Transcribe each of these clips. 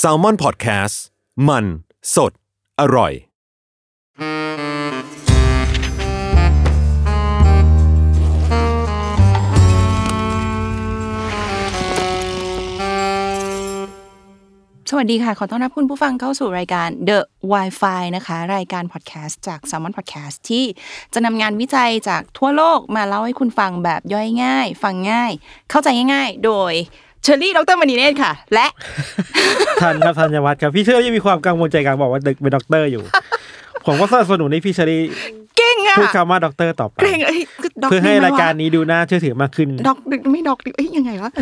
s a l ม o n PODCAST มันสดอร่อย สวัสดีค่ะ ขอต้อนรับคุณผู้ฟังเข้าสู่รายการ The Wi-Fi นะคะ รายการพอดแคสต์จาก s ซ l m o n Podcast ที่จะนำงานวิจัยจากทั่วโลกมาเล่าให้คุณฟังแบบย่อยง่าย ฟังง่าย เข้าใจง่าย ๆ โดยเชอรี่ดรมณีเนตรค่ะ และ ทันครับทันยวัฒน์ครับพี่เชื่อยังมีความกังวลใจกลางบอกว่าดึกเป็นด็อกเตอร์ อยู่ ผมก็สนับสนุนให้พี่เชลี เก่งอะ พูดคำว่าด็อกเตอร์ต่อไป เก่งเอ้ยคือด็อก เพื่อให้ นี่มัน รายการ วะ นี้ดูน่าเชื่อถือมากขึ้น ด็อกดึกไม่ด็อกดิเอ้ยยังไงวะ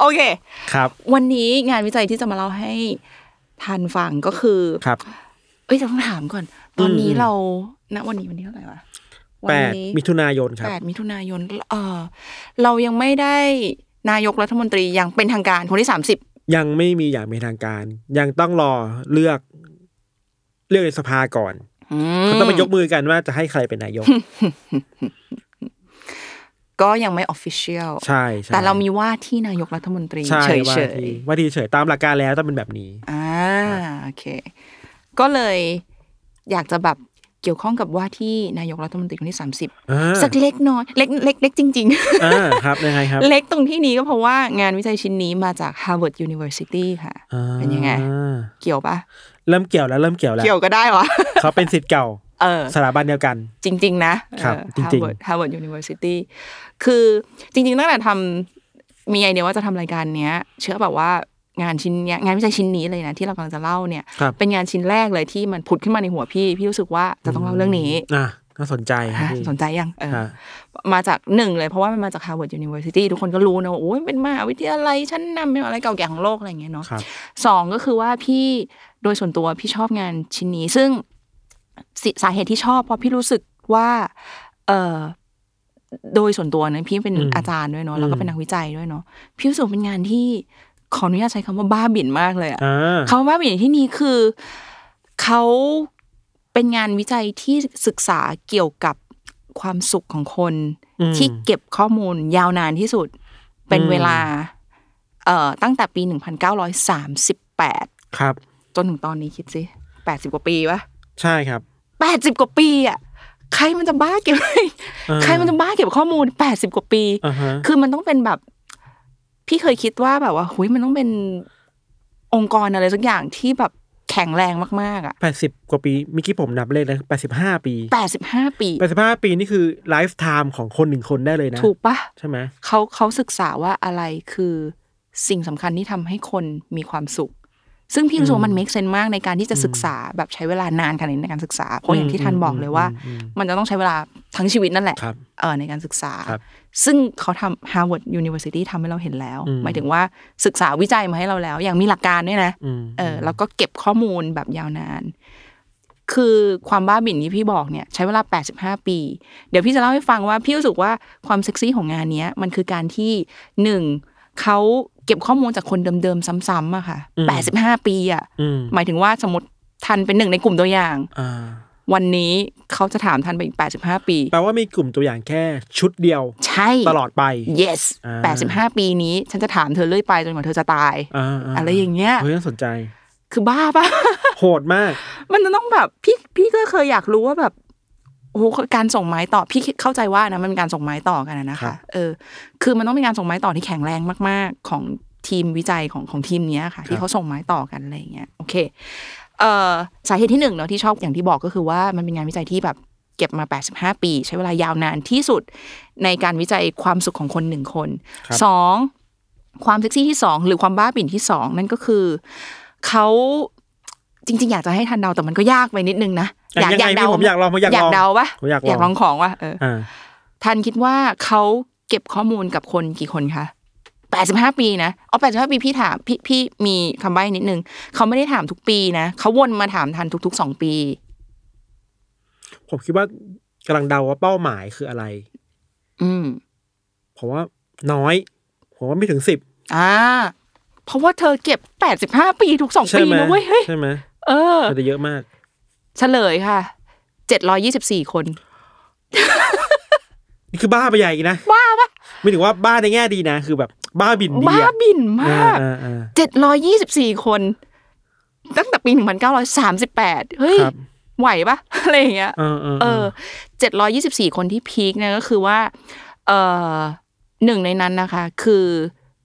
โอเค ครับ วันนี้งานวิจัยที่จะมาเล่าให้ทันฟังก็คือ ครับ เอ้ยจะต้องถามก่อน ตอนนี้ อืม เราณวันนี้วันนี้เท่าไหร่วะ แปด นี้ มิถุนายนครับ แปดมิถุนายน เออเรายังไม่ได้นายกรัฐมนตรีอย่างเป็นทางการคนที่สามสิบ ยังไม่มีอย่างเป็นทางการ ยังต้องรอเลือกเลือกในสภาก่อนเขาต้องมายกมือกันว่าจะให้ใครเป็น นายก ก็ยังไม่ออฟฟิเชียล ใช่ใช่ แต่เรามีว่าที่นายกรัฐมนตรี ใช่ เฉย ว่า เฉย ที่ว่าที่เฉยตามหลักการแล้วต้องเป็นแบบนี้ อ่าโอเค ก็เลยอยากจะแบบเกี่ยวข้องกับว่าที่นายกรัฐมนตรีคนที่สามสิบ อ่า สักเล็กน้อยเล็กเล็กเล็กจริง อ่าครับยังไงครับ ๆ เล็กตรงที่นี้ก็เพราะว่างานวิจัยชิ้นนี้มาจาก Harvard University ค่ะ อ่า เป็นยังไง เกี่ยวปะ เริ่มเกี่ยวแล้วเริ่มเกี่ยวแล้ว เกี่ยวก็ได้วะ เขาเป็นสิทธิ์เก่า เออ สถาบันเดียวกัน จริง ๆ นะครับ จริงๆ ฮาร์วาร์ดยูนิเวอร์ซิตี้คือจริง ๆ ตั้งแต่ทำมีไอเดียว่าจะทำรายการเนี้ย เชื่อแบบว่างานชิ้นเนี้ยงานวิจัยชิ้นนี้เลยนะที่เรากำลังจะเล่าเนี่ย ครับ เป็นงานชิ้นแรกเลยที่มันผุดขึ้นมาในหัวพี่ พี่รู้สึกว่าจะต้องเล่าเรื่องนี้ อ่ะน่าสนใจครับ ฮะ พี่ สนใจยังเออ อ่ะ มาจากหนึ่งเลยเพราะว่ามันมาจาก Harvard University ทุกคนก็รู้นะว่าโอ้ยเป็นมหาวิทยาลัยชั้นนำเป็นอะไรเก่าแก่ของโลกอะไรอย่างเงี้ยเนาะ ครับ สองก็คือว่าพี่โดยส่วนตัวพี่ชอบงานชิ้นนี้ ซึ่งสิสาเหตุที่ชอบเพราะพี่รู้สึกว่าเออโดยส่วนตัวนะพี่เป็น อืม อาจารย์ด้วยเนาะแล้วก็ อืม เป็นนักวิจัยด้วยเนาะพี่รู้สึกว่าเป็นงานที่ขออนุญาตใช้คำว่าบ้าบิ่นมากเลยอะ อ่า คำว่าบ้าบิ่นในที่นี้คือเขาเป็นงานวิจัยที่ศึกษาเกี่ยวกับความสุขของคน อืม ที่เก็บข้อมูลยาวนานที่สุด เป็น อืม เวลา เอ่อตั้งแต่ปี 1938 ครับ จนถึงตอนนี้คิดสิ80 กว่าปีวะ ใช่ครับ 80 กว่าปีอ่ะใครมันจะบ้าเก็บ เออ ใครมันจะบ้าเก็บข้อมูล 80 กว่าปี อ่าฮะ คือมันต้องเป็นแบบ พี่เคยคิดว่าแบบว่าหุยมันต้องเป็นองค์กรอะไรสักอย่างที่แบบแข็งแรงมากๆอ่ะ แปดสิบกว่าปีเมื่อกี้ผมนับเลขแล้วแปดสิบห้าปี 85 ปี แปดสิบห้าปีนี่คือไลฟ์ไทม์ของคนหนึ่งคนได้เลยนะ ถูกปะ ใช่ไหม เขาเขาศึกษาว่าอะไรคือสิ่งสำคัญที่ทำให้คนมีความสุข ซึ่งพี่รู้สึกว่ามัน make sense มากในการที่จะศึกษาแบบใช้เวลานานขนาดนี้ในการศึกษา เพราะอย่างที่ท่านบอกเลยว่า อืมอืม มันจะต้องใช้เวลาทั้งชีวิตนั่นแหละ ครับ เออในการศึกษา ครับ ซึ่งเขาทำ Harvard University ทำให้เราเห็นแล้ว อืม หมายถึงว่าศึกษาวิจัยมาให้เราแล้ว อย่างมีหลักการด้วยนะ อืม เออแล้วก็เก็บข้อมูลแบบยาวนาน คือความบ้าบิ่นที่พี่บอกเนี่ย ใช้เวลา 85 ปี เดี๋ยวพี่จะเล่าให้ฟังว่าพี่รู้สึกว่าความเซ็กซี่ของงานเนี้ย มันคือการที่หนึ่งเขาเก็บข้อมูลจากคนเดิมๆ ซ้ำๆอะค่ะ 85 ปีอะ อืม หมายถึงว่าสมมติทันเป็นหนึ่งในกลุ่มตัวอย่าง อ่า วันนี้เขาจะถามทันไปอีก 85 ปี แปลว่ามีกลุ่มตัวอย่างแค่ชุดเดียว ใช่ ตลอดไป yes อ่า 85 ปีนี้ ฉันจะถามเธอเรื่อยไปจนกว่าเธอจะตาย อ่า อะไรอย่างเงี้ย เฮ้ยน่าสนใจ คือบ้าปะ โหดมาก มันจะต้องแบบพี่พี่ก็เคยอยากรู้ว่าแบบโอ้โหการส่งไม้ต่อพี่เข้าใจว่านะมันเป็นการส่งไม้ต่อกันอะนะ ครั คะ บ เออคือมันต้องเป็นการส่งไม้ต่อที่แข็งแรงมาก ๆ ของทีมวิจัยของของทีมเนี้ยค่ะ ที่เขาส่งไม้ต่อกันอะไรอย่างเงี้ยโอเคเอ่อสาเหตุที่หนึ่งเนาะที่ชอบอย่างที่บอกก็คือว่ามันเป็นงานวิจัยที่แบบเก็บมา 85 ปี ใช้เวลายาวนานที่สุดในการวิจัยความสุขของคนหนึ่งคน ครับ สอง ความเซ็กซี่ที่สองหรือความบ้าบิ่นที่สองนั่นก็คือเขาจริง ๆ อยากจะให้ทันเดาแต่มันก็ยากไปนิดนึงนะ อ่ะยังไงพี่ผมอยากลองผมอยากลอง เดาปะ ผมอยากลอง ลองของวะเออ อ่า ทันคิดว่าเขาเก็บข้อมูลกับคนกี่คนคะแปดสิบห้าปีนะเอาแปดสิบห้าปีพี่ถามพี่พี่มีคำใบ้นิดนึงเขาไม่ได้ถามทุกปีนะเขาวนมาถามทันทุกๆสองปี ผมคิดว่ากำลังเดาว่าเป้าหมายคืออะไร อืม ผมว่าน้อยผมว่าไม่ถึงสิบ อ่า เพราะว่าเธอเก็บแปดสิบห้าปีทุกสอง ใช่ ปี ไหม นะเว้ยเฮ้ย ใช่ไหม เออ มันจะเยอะมาก เฉลยค่ะ เจ็ดร้อยี่สิบสี่คน นี่คือบ้าไปใหญ่อีกนะบ้าปะไม่ถึงว่าบ้าในแง่ดีนะ คือแบบ บ้าบินดี บ้า อะ บินม อ่า าก อ่าอ่า เจ็ดร้อยยี่สิบสี่คน ตั้งแต่ปีหนึ่งพันเก้าร้อยสามสิบแปดเฮ้ย ครับ ไหวปะ อะไรอย่างเงี้ย เออเออ เออเจ็ดร้อยี่สิบสี่คนที่พีคเนี่ยก็คือว่า เออหนึ่งในนั้นนะคะ คือ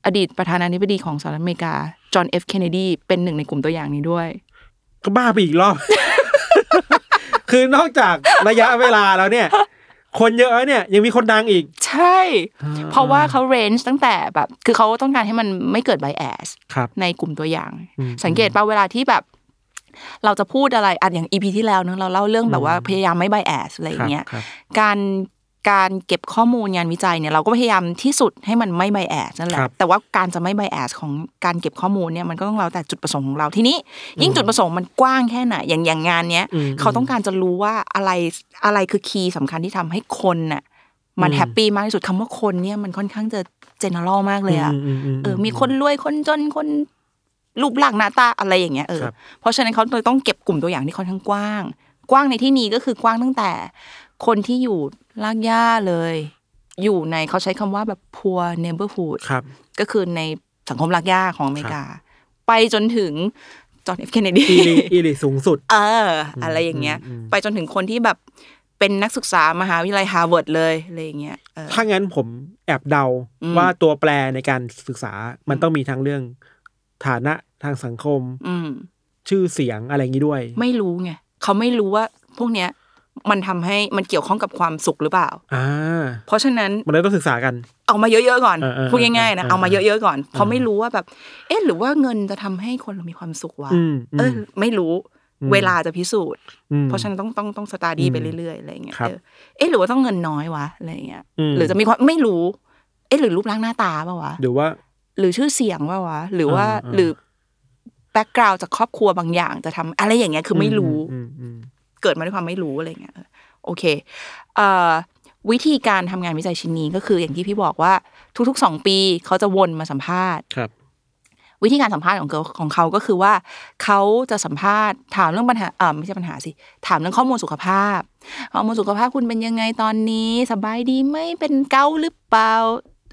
อดีตประธานาธิบดีของสหรัฐอเมริกา จอห์นเอฟเคนเนดีเป็นหนึ่งในกลุ่มตัวอย่างนี้ด้วย ก็บ้าไปอีกรอบ คือนอกจากระยะเวลาแล้วเนี่ย คนเยอะเนี่ย ยังมีคนดังอีก ใช่ เพราะว่าเขาเรนจ์ตั้งแต่แบบ คือเขาต้องการให้มันไม่เกิดไบแอส ครับ ในกลุ่มตัวอย่าง อืม สังเกตป่ะเวลาที่แบบ เราจะพูดอะไรอ่ะอย่างอีพีที่แล้วเนอะเราเล่าเรื่องแบบว่าพยายามไม่ไบแอสอะไรอย่างเงี้ย ครับ การการเก็บข้อมูลงานวิจัยเนี่ยเราก็พยายามที่สุดให้มันไม่ไบแอสนั่นแหละ ครับ แต่ว่าการจะไม่ไบแอสของการเก็บข้อมูลเนี่ยมันก็ต้องแล้วแต่จุดประสงค์ของเราทีนี้ ยิ่งจุดประสงค์มันกว้างแค่ไหนอย่างอย่างงานเนี้ย อืม เขาต้องการจะรู้ว่าอะไรอะไรคือคีย์สำคัญที่ทำให้คนน่ะมัน อืม แฮปปี้มากที่สุดคำว่าคนเนี่ยมันค่อนข้างจะเจเนอเรลมากเลยอะ มมม เออมีคนรวยคนจนคนรูปร่างหน้าตาอะไรอย่างเงี้ยเออ ครับ เพราะฉะนั้นเขาเลยต้องเก็บกลุ่มตัวอย่างที่ค่อนข้างกว้าง กว้างในที่นี้ก็คือกว้างตั้งแต่ คนที่อยู่ลากย่าเลย อยู่ในเขาใช้คำว่าแบบ poor neighborhood ครับ ก็คือในสังคมลากย่าของอเมริกา ไปจนถึงจอห์นเอฟเคนเน ดี อีลิอีลิสูงสุด เอออะไรอย่างเงี้ย อืมอืม ไปจนถึงคนที่แบบเป็นนักศึกษามหาวิทยาลัยฮาร์วาร์ดเลยอะไรอย่างเงี้ยเออ ถ้างั้นผมแอบเดา อืม ว่าตัวแปรในการศึกษามันต้องมีทั้งเรื่องฐานะทางสังคม อืม ชื่อเสียงอะไรอย่างนี้ด้วย ไม่รู้ไงเขาไม่รู้ว่าพวกเนี้ยมันทำให้มันเกี่ยวข้องกับความสุขหรือเปล่า อ่า เพราะฉะนั้น มันเลยต้องศึกษากัน เอามาเยอะๆก่อน เออเออ พูดง่ายๆนะ เออเออ เอามาเยอะๆก่อนเพราะไม่รู้ว่าแบบ เอ๊ะหรือว่าเงินจะทำให้คนเรามีความสุขวะ อืม เอ อื อ ม ไม่รู้ อืม เวลาจะพิสูจน์ ม เพราะฉะนั้นต้องต้องต้องสตาร์ดี อืม ไปเรื่อยๆอะไรอย่างเงี้ย ครับ เออเอ๊ะหรือว่าต้องเงินน้อยวะอะไรอย่างเงี้ย อืม หรือจะมีความไม่รู้ เอ๊ะหรือรูปร่างหน้าตาเปล่าวะ หรือว่า หรือชื่อเสียงว่าวะหรือว่า อ่าอ่า หรือแบ็กกราวจากครอบครัวบางอย่างจะทำอะไรอย่างเงี้ยคือไม่รู้ อืมอืมอืม เกิดมาด้วยความไม่รู้อะไรเงี้ยเออโอเคเอ่อวิธีการทำงานวิจัยชิ้นนี้ก็คืออย่างที่พี่บอกว่าทุกๆสองปีเขาจะวนมาสัมภาษณ์ ครับ วิธีการสัมภาษณ์ของเขาของเขาก็คือว่า เขาจะสัมภาษณ์ถามเรื่องปัญหาเออไม่ใช่ปัญหาสิ ถามเรื่องข้อมูลสุขภาพข้อมูลสุขภาพคุณเป็นยังไงตอนนี้ สบายดีไหมเป็นเกาต์หรือเปล่า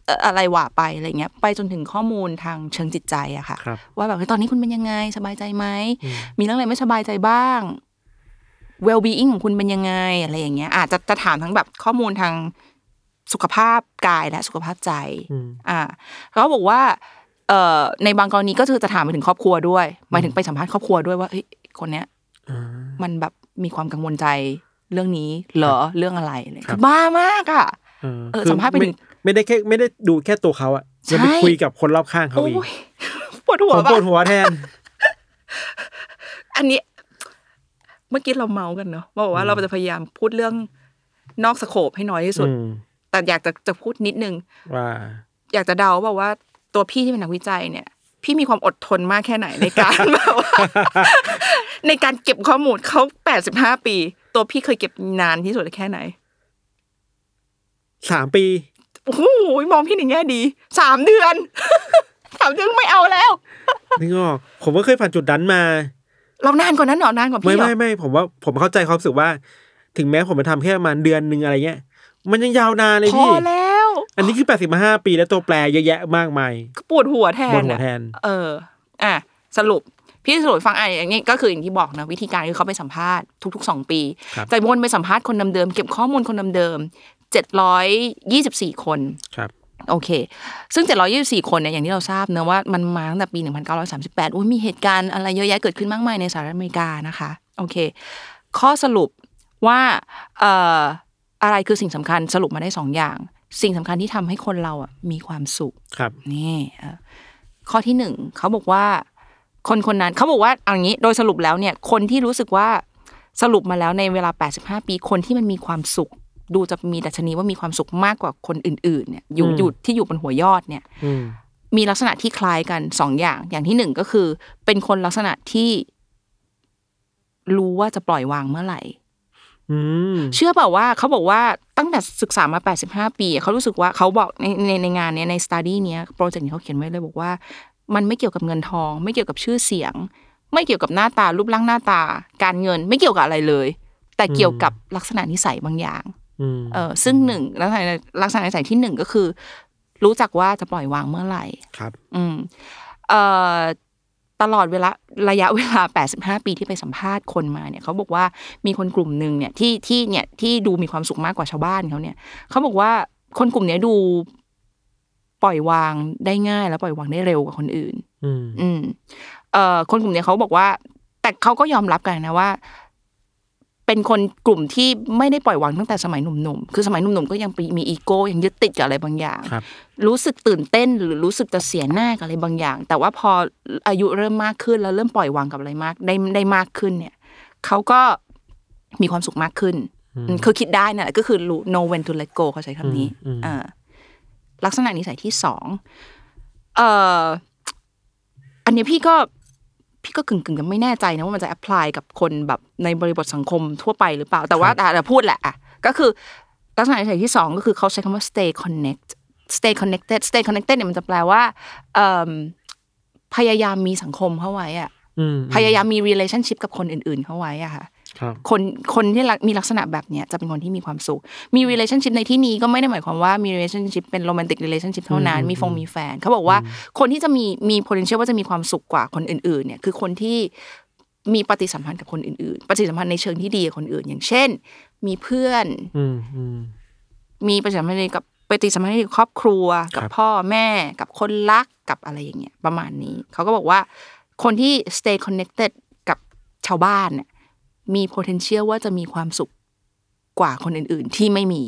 เอ่ออะไรว่าไปอะไรเงี้ย ไปจนถึงข้อมูลทางเชิงจิตใจอะค่ะ ครับ ว่าแบบเฮ้ยตอนนี้คุณเป็นยังไงสบายใจไหม อืม มีเรื่องอะไรไม่สบายใจบ้าง well being ของคุณเป็นยังไง อะไรอย่างเงี้ย อาจจะจะถามทั้งแบบข้อมูลทางสุขภาพกายและสุขภาพใจ อืม อ่าเขาบอกว่าเอ่อในบางกรณีก็คือจะถามไปถึงครอบครัวด้วยหมายถึงไปสัมภาษณ์ครอบครัวด้วยว่าเฮ้ยคนเนี้ย อ่า มันแบบมีความกังวลใจเรื่องนี้เหรอเรื่องอะไรอะไร ครับ บ้ามากอ่ะ เออ เออ คือ สัมภาษณ์ไป ไม่ ถึง ไม่ได้แค่ไม่ได้ดูแค่ตัวเขาอะ ใช่ ยังไปคุยกับคนรอบข้างเขา โอ้ อีก ยปวดหั ผ ว มปวด ปะ หัวแทน อันนี้ เมื่อกี้เราเมากันเนาะว่าบอกว่าเราจะพยายามพูดเรื่องนอกสโคปให้น้อยที่สุด อืม แต่อยากจะจะพูดนิดนึง ว่า อยากจะเดาว่าแบบว่าตัวพี่ที่เป็นนักวิจัยเนี่ย พี่มีความอดทนมากแค่ไหนในการ แบบว่า ในการเก็บข้อมูลเขาแปดสิบห้าปี ตัวพี่เคยเก็บนานที่สุดแค่ไหน สามปี โอ้โหมองพี่ในแง่ดีสามเดือน สามเดือนไม่เอาแล้ว นึกออก ผมก็เคยผ่านจุดนั้นมา เรานานกว่านั้นเหรอนานกว่า ไม่ พี่เหรอ ไม่ไม่ผมว่าผมเข้าใจความรู้สึกว่า ถึงแม้ผมไปทำแค่ประมาณเดือนหนึ่งอะไรเงี้ย มันยังยาวนานเลย พอ พี่ แล้ว อันนี้คือ 85 ปีแล้วตัวแปรเยอะแยะมากมาย ก็ปวดหัวแทนบนหัว อะ แทน เออ อ่ะ สรุป พี่สรุปให้ฟังอ่ะอย่างนี้ก็คืออย่างที่บอกนะ วิธีการคือเขาไปสัมภาษณ์ทุกๆสองปี ครับ แต่วนไปสัมภาษณ์คนเดิมๆเก็บข้อมูลคนเดิมๆเจ็ดร้อยยี่สิบสี่คน ครับ โอเค ซึ่ง 724 คนเนี่ย อย่างที่เราทราบเนอะว่ามันมาตั้งแต่ปี 1938อุ้ยมีเหตุการณ์อะไรเยอะแยะเกิดขึ้นมากมายในสหรัฐอเมริกานะคะ โอเค ข้อสรุปว่าเอ่ออะไรคือสิ่งสำคัญสรุปมาได้สองอย่าง สิ่งสำคัญที่ทำให้คนเราอ่ะมีความสุข ครับ นี่เอ่อข้อที่หนึ่งเขาบอกว่า คนคนนั้นเขาบอกว่าเอางี้โดยสรุปแล้วเนี่ย คนที่รู้สึกว่าสรุปมาแล้วในเวลา 85 ปีคนที่มันมีความสุข ดูจะมีดัชนีว่ามีความสุขมากกว่าคนอื่นๆเนี่ยอยู่ อืม อยู่ที่อยู่บนหัวยอดเนี่ย อืม มีลักษณะที่คล้ายกันสองอย่าง อย่างที่หนึ่งก็คือ เป็นคนลักษณะที่ รู้ว่าจะปล่อยวางเมื่อไหร่ อืม เชื่อเปล่าว่าเขาบอกว่าตั้งแต่ศึกษามา 85 ปีอะเขารู้สึกว่าเขาบอกในในในงานเนี้ยในสตาดี้เนี้ยโปรเจกต์นี้เขาเขียนไว้เลยบอกว่า มันไม่เกี่ยวกับเงินทอง ไม่เกี่ยวกับชื่อเสียง ไม่เกี่ยวกับหน้าตารูปร่างหน้าตา การเงินไม่เกี่ยวกับอะไรเลย แต่เกี่ยวกับลักษณะนิสัยบางอย่าง อืม เออซึ่งหนึ่งลักษณะลักษณะนิสัยที่หนึ่งก็คือ รู้จักว่าจะปล่อยวางเมื่อไหร่ ครับ อืมเอ่อตลอดเวลาระยะเวลา 85 ปีที่ไปสัมภาษณ์คนมาเนี่ยเขาบอกว่ามีคนกลุ่มหนึ่งเนี่ยที่ที่เนี่ยที่ดูมีความสุขมากกว่าชาวบ้านเขาเนี่ยเขาบอกว่าคนกลุ่มเนี้ยดูปล่อยวางได้ง่าย และปล่อยวางได้เร็วกว่าคนอื่น อืม อืมเอ่อคนกลุ่มเนี้ยเขาบอกว่า แต่เขาก็ยอมรับกันนะว่า เป็นคนกลุ่มที่ไม่ได้ปล่อยวางตั้งแต่สมัยหนุ่มๆ คือสมัยหนุ่มๆก็ยังมีอีโก้ยังยึดติดกับอะไรบางอย่าง ครับ รู้สึกตื่นเต้นหรือรู้สึกจะเสียหน้ากับอะไรบางอย่าง แต่ว่าพออายุเริ่มมากขึ้นแล้วเริ่มปล่อยวางกับอะไรมาก ได้ได้มากขึ้นเนี่ยเขาก็มีความสุขมากขึ้น คือคิดได้นั่นแหละก็คือรู้ know when to let go เขาใช้คำนี้ อืมอืม เออลักษณะนิสัยที่สองเอ่ออันเนี้ยพี่ก็พี่ก็กึ่งกึ่งๆจะไม่แน่ใจนะว่ามันจะ apply กับคนแบบในบริบทสังคมทั่วไปหรือเปล่า แต่ว่าแต่แต่พูดแหละอ่ะก็คือ ลักษณะนิสัยที่สองก็คือเขาใช้คำว่า stay connect stay connected stay connected เนี่ยมันจะแปลว่าเอิ่มพยายามมีสังคมเข้าไว้อะ อืม พยายามมี relationship กับคนอื่น ๆ เข้าไว้อะค่ะ ครับ คนคนที่รักมีลักษณะแบบเนี้ยจะเป็นคนที่มีความสุข มี relationship ในที่นี้ก็ไม่ได้หมายความว่ามี relationship เป็น romantic relationship เท่านั้น อืม มีฟงมีแฟน เขาบอกว่าคนที่จะมีมี potential ว่าจะมีความสุขกว่าคนอื่นๆเนี่ยคือคนที่มีปฏิสัมพันธ์กับคนอื่นๆ ปฏิสัมพันธ์ในเชิงที่ดีกับคนอื่น อย่างเช่น มีเพื่อน อืมอืม มีปฏิสัมพันธ์กับปฏิสัมพันธ์กับครอบครัว กับ ครับ พ่อแม่กับคนรักกับอะไรอย่างเงี้ยประมาณนี้ เขาก็บอกว่า คนที่ stay connected กับชาวบ้านเนี่ยมี potential ว่าจะมีความสุขกว่าคนอื่นๆ ที่ไม่มี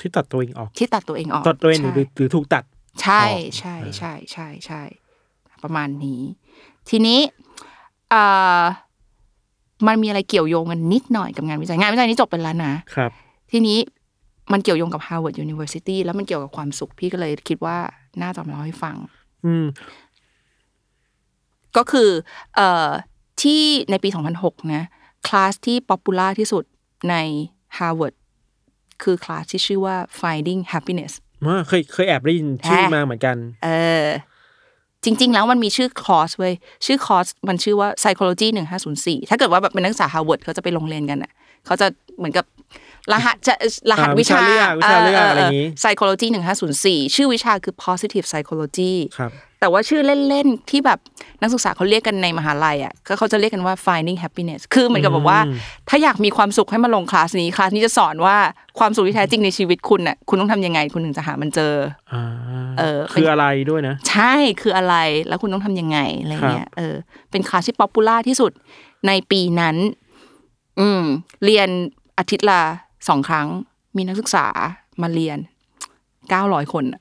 ที่ตัดตัวเองออก ที่ตัดตัวเองออก ตัดตัวเองห ใช่ รือหรือถูกตัด ใช่ ออก ใช่ เออ ใช่ใช่ใช่ ประมาณนี้ ทีนี้เอ่อมันมีอะไรเกี่ยวโยงกันนิดหน่อยกับงานวิจัย งานวิจัยนี้จบไปแล้วนะ ครับ ทีนี้มันเกี่ยวโยงกับ Harvard University แล้วมันเกี่ยวกับความสุข พี่ก็เลยคิดว่าน่าจะมาเล่าให้ฟัง อืม ก็คือเอ่อที่ในปี 2006 นะ คลาสที่ป๊อปปูล่าที่สุดใน Harvard คือคลาสที่ชื่อว่า Finding Happiness ว่าเคยเคยแอบได้ยินชื่อมาเหมือนกัน เออจริง ๆ แล้วมันมีชื่อคอร์สเว้ยชื่อคอร์สมันชื่อว่า psychology หนึ่งห้าศูนย์สี่ถ้าเกิดว่าแบบเป็นนักศึกษาฮาร์วาร์ดเขาจะไปโรงเรียนกันอ่ะเขาจะเหมือนกับรหัสจะรหัส อ่า วิชา วิชาเลือกวิชาเลือกอะไรอย่างงี้ นี้ psychology หนึ่งห้าศูนย์สี่ชื่อวิชาคือ positive psychology ครับ แต่ว่าชื่อเล่น ๆ ที่แบบนักศึกษาเขาเรียกกันในมหาลัยอ่ะก็เขาจะเรียกกันว่า finding happiness คือเหมือนกับแบบว่า อืม ถ้าอยากมีความสุขให้มาลงคลาสนี้คลาสนี้จะสอนว่าความสุขที่แท้จริงในชีวิตคุณอ่ะคุณต้องทำยังไงคุณถึงจะหามันเจอ อ่า เออ คืออะไรด้วยนะ ใช่คืออะไรแล้วคุณต้องทำยังไงอะไรเงี้ยเออเป็นคลาสที่ป๊อปปูล่าที่สุดในปีนั้น อืม เรียนอาทิตย์ละสองครั้ง มีนักศึกษามาเรียนเก้าร้อยคนอะ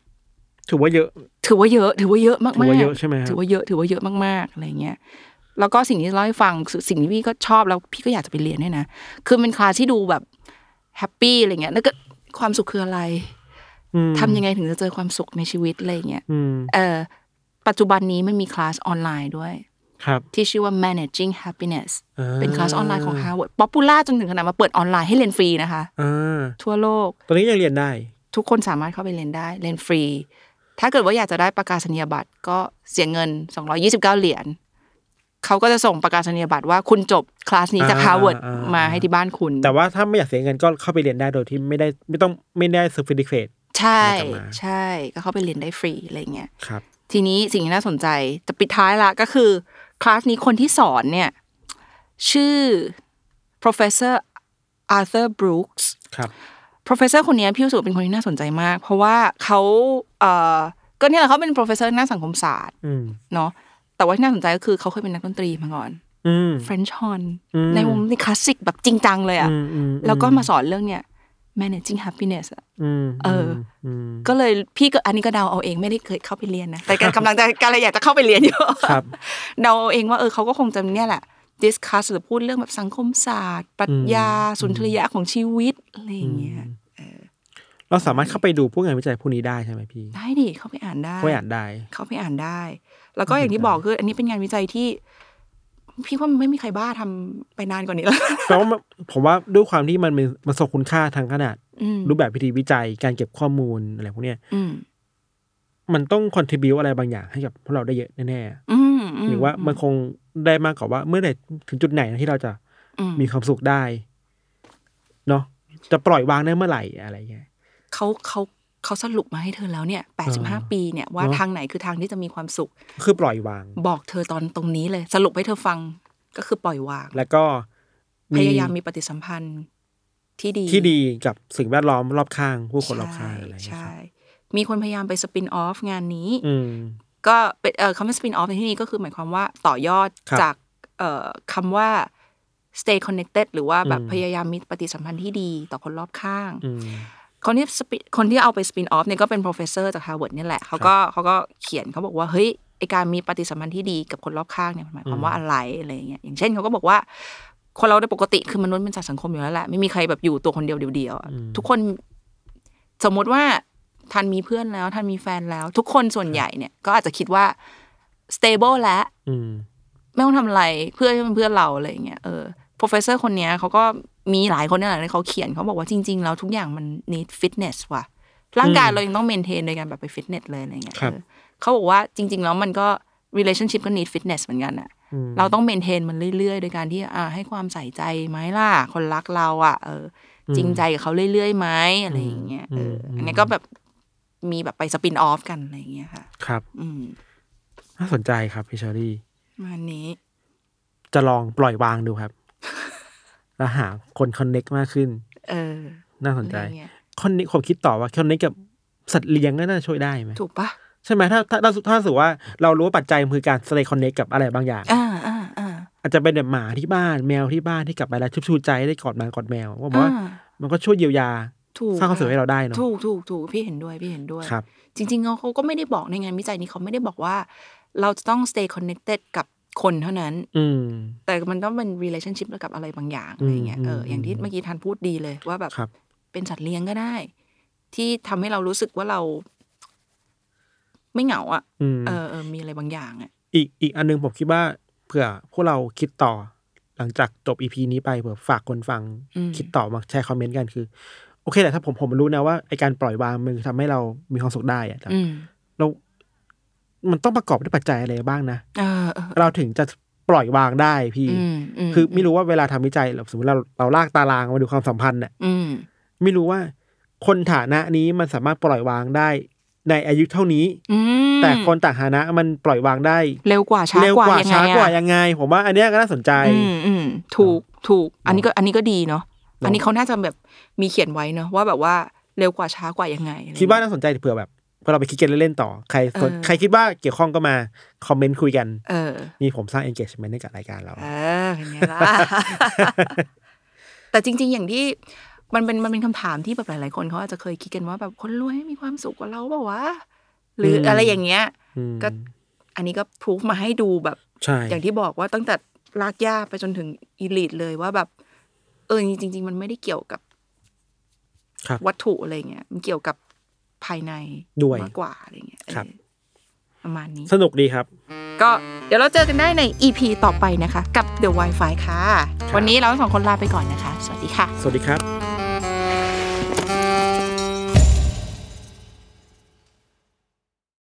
ถือว่าเยอะ ถือว่าเยอะ ถือว่าเยอะมาก ถือว่าเยอะใช่ไหมฮะ ถือว่าเยอะถือว่าเยอะมากๆอะไรเงี้ยแล้วก็สิ่งที่เล่าให้ฟังสิ่งที่พี่ก็ชอบแล้วพี่ก็อยากจะไปเรียนด้วยนะคือเป็นคลาสที่ดูแบบแฮปปี้อะไรเงี้ยแล้วก็ความสุขคืออะไร อืม ทำยังไงถึงจะเจอความสุขในชีวิตอะไรเงี้ย อืม เอ่อปัจจุบันนี้มันมีคลาสออนไลน์ด้วย ครับ ที่ชื่อว่า managing happiness อ่ เป็นคลาสออนไลน์ของ Harvard ป๊อปปูล่าจนถึงขนาดมาเปิดออนไลน์ให้เรียนฟรีนะคะ อ่า ทั่วโลก ตอนนี้ยังเรียนได้ ทุกคนสามารถเข้าไปเรียนได้เรียนฟรี ถ้าเกิดว่าอยากจะได้ประกาศนียบัตรก็เสียเงิน 229 เหรียญเขาก็จะส่งประกาศนียบัตรว่าคุณจบคลาสนี้จาก อ่า Harvard อ่า มาให้ที่บ้านคุณ แต่ว่าถ้าไม่อยากเสียเงินก็เข้าไปเรียนได้โดยที่ไม่ได้ไม่ต้องไม่ได้เซอร์ฟิ c ิเคต ใช่ กลับมา ใช่ ก็เข้าไปเรียนได้ฟรีอะไรเงี้ย ครับ ทีนี้สิ่งที่น่าสนใจจะปิดท้ายละก็คือ คลาสนี้คนที่สอนเนี่ย ชื่อ professor Arthur Brooks ครับ professor คนเนี้ยพี่รู้สึกว่าเป็นคนที่น่าสนใจมาก เพราะว่าเขาเอ่อก็เนี่ยแหละเขาเป็น professor หน้าสังคมศาสตร์ อืม เนาะแต่ว่าที่น่าสนใจก็คือเขาเคยเป็นนักดนตรีมาก่อน อืม French horn อืม ในวงในคลาสสิกแบบจริงจังเลยอะ อืมอืม แล้วก็มาสอนเรื่องเนี่ย managing happiness อะ อืม เออ ม ก็เลยพี่ก็อันนี้ก็เดาเอาเองไม่ได้เคยเข้าไปเรียนนะแต่กำลังจะกำลังอยากจะเข้าไปเรียนอยู่ ครับ เดาเอาเองว่าเออเขาก็คงจะเนี่ยแหละ discuss หรือพูดเรื่องแบบสังคมศาสตร์ปรัชญาสุนทรียะของชีวิตอะไรอย่างเงี้ย เราสามารถเข้าไปดูพวกงานวิจัยพวกนี้ได้ใช่ไหมพี่ ได้ดิเข้าไปอ่านได้ ก็อยากได้ เข้าไปอ่านได้ แล้วก็อย่างที่บอกคือ อันนี้เป็นงานวิจัยที่ พี่ว่าไม่มีใครบ้าทำไปนานกว่านี้แล้ว แต่ว่ามันผมว่าด้วยความที่มันเป็นมันส่งคุณค่าทางขนาด อืม รูปแบบวิธีวิจัยการเก็บข้อมูลอะไรพวกเนี้ย อืม มันต้องคอนทริบิวอะไรบางอย่างให้กับพวกเราได้เยอะแน่ อืม ๆหรือว่ามันคงได้มากกว่าว่าเมื่อไหร่ถึงจุดไหนที่เราจะ อืม มีความสุขได้เนาะจะปล่อยวางได้เมื่อไหร่อะไรเงี้ย เขาเขา เขาสรุปมาให้เธอแล้วเนี่ยแปดสิบห้าปีเนี่ยว่า เนอะ ทางไหนคือทางที่จะมีความสุข คือปล่อยวาง บอกเธอตอนตรงนี้เลย สรุปให้เธอฟังก็คือปล่อยวาง แล้วก็ พยายามมีปฏิสัมพันธ์ที่ดี ที่ดีกับสิ่งแวดล้อมรอบข้าง ผู้คนรอบข้าง ใช่ อะไรอย่างเงี้ยค ใช่ รับ มีคนพยายามไปสปินออฟงานนี้ อืม ก็เป็นเอ่อคำว่าสปินออฟในที่นี้ก็คือหมายความว่าต่อยอด ครับ จากเอ่อคำว่า stay connected หรือว่าแบบ อืม พยายามมีปฏิสัมพันธ์ที่ดีต่อคนรอบข้าง อืม คนที่ spin- คนที่เอาไปสปินออฟเนี่ยก็เป็น professor จาก Harvard เนี่ยแหละเขาก็เขาก็เขียนเขาบอกว่า เฮ้ยไอการมีปฏิสัมพันธ์ที่ดีกับคนรอบข้างเนี่ยมันหมายความว่าอะไรอะไรอย่างเงี้ยอย่างเช่นเขาก็บอกว่า คนเราโดยปกติคือมนุษย์เป็นสัตว์สังคมอยู่แล้วแหละไม่มีใครแบบอยู่ตัวคนเดียวเดียวๆอะ อืม ทุกคนสมมติว่าท่านมีเพื่อนแล้วท่านมีแฟนแล้ว ทุกคนส่วนใหญ่เนี่ยก็อาจจะคิดว่า stable แล้ว อืม ไม่ต้องทำอะไรเพื่อให้มันเพื่อนเราอะไรอย่างเงี้ยเออ professor คนเนี้ยเขาก็มีหลายคนเนี่ยแหละที่เขาเขียนเขาบอกว่าจริง ๆ แล้วทุกอย่างมัน need fitness ว่ะ ร่างกายเรายังต้อง maintain โดยการแบบไปฟิตเนสเลยอะไรเงี้ย ครับ เออเขาบอกว่าจริง ๆ แล้วมันก็ relationship ก็ need fitness เหมือนกันอะ อืม เราต้อง maintain มันเรื่อย ๆ โดยการที่อ่าให้ความใส่ใจไหมล่ะ คนรักเราอ่ะเออจริงใจกับเขาเรื่อยๆไหมอะไรอย่างเงี้ยเอออันเนี้ยก็แบบมีแบบไปสปินออฟกันอะไรอย่างเงี้ยค่ะ ครับ อืม น่าสนใจครับพี่เชอรี่ ประมาณนี้ จะลองปล่อยวางดู ครับ แล้วหาคนคอนเน็กมากขึ้น เออ น่าส อะ นใจ ไรเงี้ย คอนเน็กผมคิดต่อว่าคอนเน็กกับสัตว์เลี้ยงก็น่าช่วยได้ไหม ถูกปะ ใช่ไหมถ้าถ้าถ้าถ้าสมมุติว่าเรารู้ว่าปัจจัยมันคือการสเตย์คอนเน็กกับอะไรบางอย่าง อ่าอ่าอ่า อาจจะเป็นแบบหมาที่บ้านแมวที่บ้านที่กลับไปแล้วชุบชูใจได้กอดหมากอดแมวว่าบอกว่า อ่า มันก็ช่วยเยียวยา ถูก สร้างความสุขให้เราได้เนอะ ถูกถูกถูกพี่เห็นด้วยพี่เห็นด้วย ครับ จริงๆเขาก็ไม่ได้บอกในงานวิจัยนี้เขาไม่ได้บอกว่า เราจะต้อง stay connected กับคนเท่านั้น อืม แต่มันต้องเป็น relationship กับอะไรบางอย่างอะไรเงี้ย อืม เอออ ม อย่างที่เมื่อกี้ทันพูดดีเลยว่าแบบ ครับ เป็นสัตว์เลี้ยงก็ได้ ที่ทำให้เรารู้สึกว่าเรา ไม่เหงาอ่ะ อืม เออเออมีอะไรบางอย่างอ่ะ อีกอีกอันนึงผมคิดว่าเผื่อพวกเราคิดต่อ หลังจากจบอีพีนี้ไปเผื่อฝากคนฟัง อืม คิดต่อมาแชร์คอมเมนต์กันคือ โอเคแหละถ้าผมผมรู้นะว่าไอการปล่อยวางมันทำให้เรามีความสุขได้อะแต่ อืม เรา มันต้องประกอบด้วยปัจจัยอะไรบ้างนะ เออเออ เราถึงจะปล่อยวางได้พี่ อืมม คือไม่รู้ว่าเวลาทำวิจัยเราสมมติเราเราลากตารางมาดูความสัมพันธ์เนี่ย อืม ไม่รู้ว่าคนฐานะนี้มันสามารถปล่อยวางได้ ในอายุเท่านี้ อืม แต่คนต่างฐานะมันปล่อยวางได้ เร็วกว่าช้า เร็ว กว่าก ว่า ยังไง ช้า อะ กว่ายังไง ผมว่าอันเนี้ยก็น่าสนใจ อืมอืมถูกถูก อันนี้ก็อันนี้ก็ดีเนาะ เนอะ อันนี้เขาน่าจะแบบมีเขียนไว้เนาะว่าแบบว่าเร็วกว่าช้ากว่ายังไงอะไร คิดว่า เงี้ย น่าสนใจเผื่อแบบพอเราไปคิดกันเล่นๆต่อ ใครสน เออ ใครคิดว่าเกี่ยวข้องก็มา คอมเมนต์คุยกัน เออ นี่ผมสร้าง engagement ให้กับรายการเรา เออเป็นไงล่ะ แต่จริง ๆ อย่างที่มันเป็นมันเป็นคำถามที่แบบหลาย ๆ คนเขาอาจจะเคยคิดกันว่าแบบคนรวยมีความสุขกว่าเราเปล่าวะหรือ ม อะไรอย่างเงี้ย อืม ก็ อันนี้ก็พูฟมาให้ดูแบบ ใช่ อย่างที่บอกว่าตั้งแต่ลากย่าไปจนถึงอีลิทเลยว่าแบบ เออจริง ๆ มันไม่ได้เกี่ยวกับ ครับ วัตถุอะไรเงี้ยมันเกี่ยวกับภายใน ด้วย มากกว่าอะไรเงี้ยเออ ครับ ประมาณนี้ สนุกดีครับ ก็เดี๋ยวเราเจอกันได้ใน EP ต่อไปนะคะ กับ The Wi-Fi ค่ะ ครับ วันนี้เราทั้งสองคนลาไปก่อนนะคะ สวัสดีค่ะ สวัสดีครับ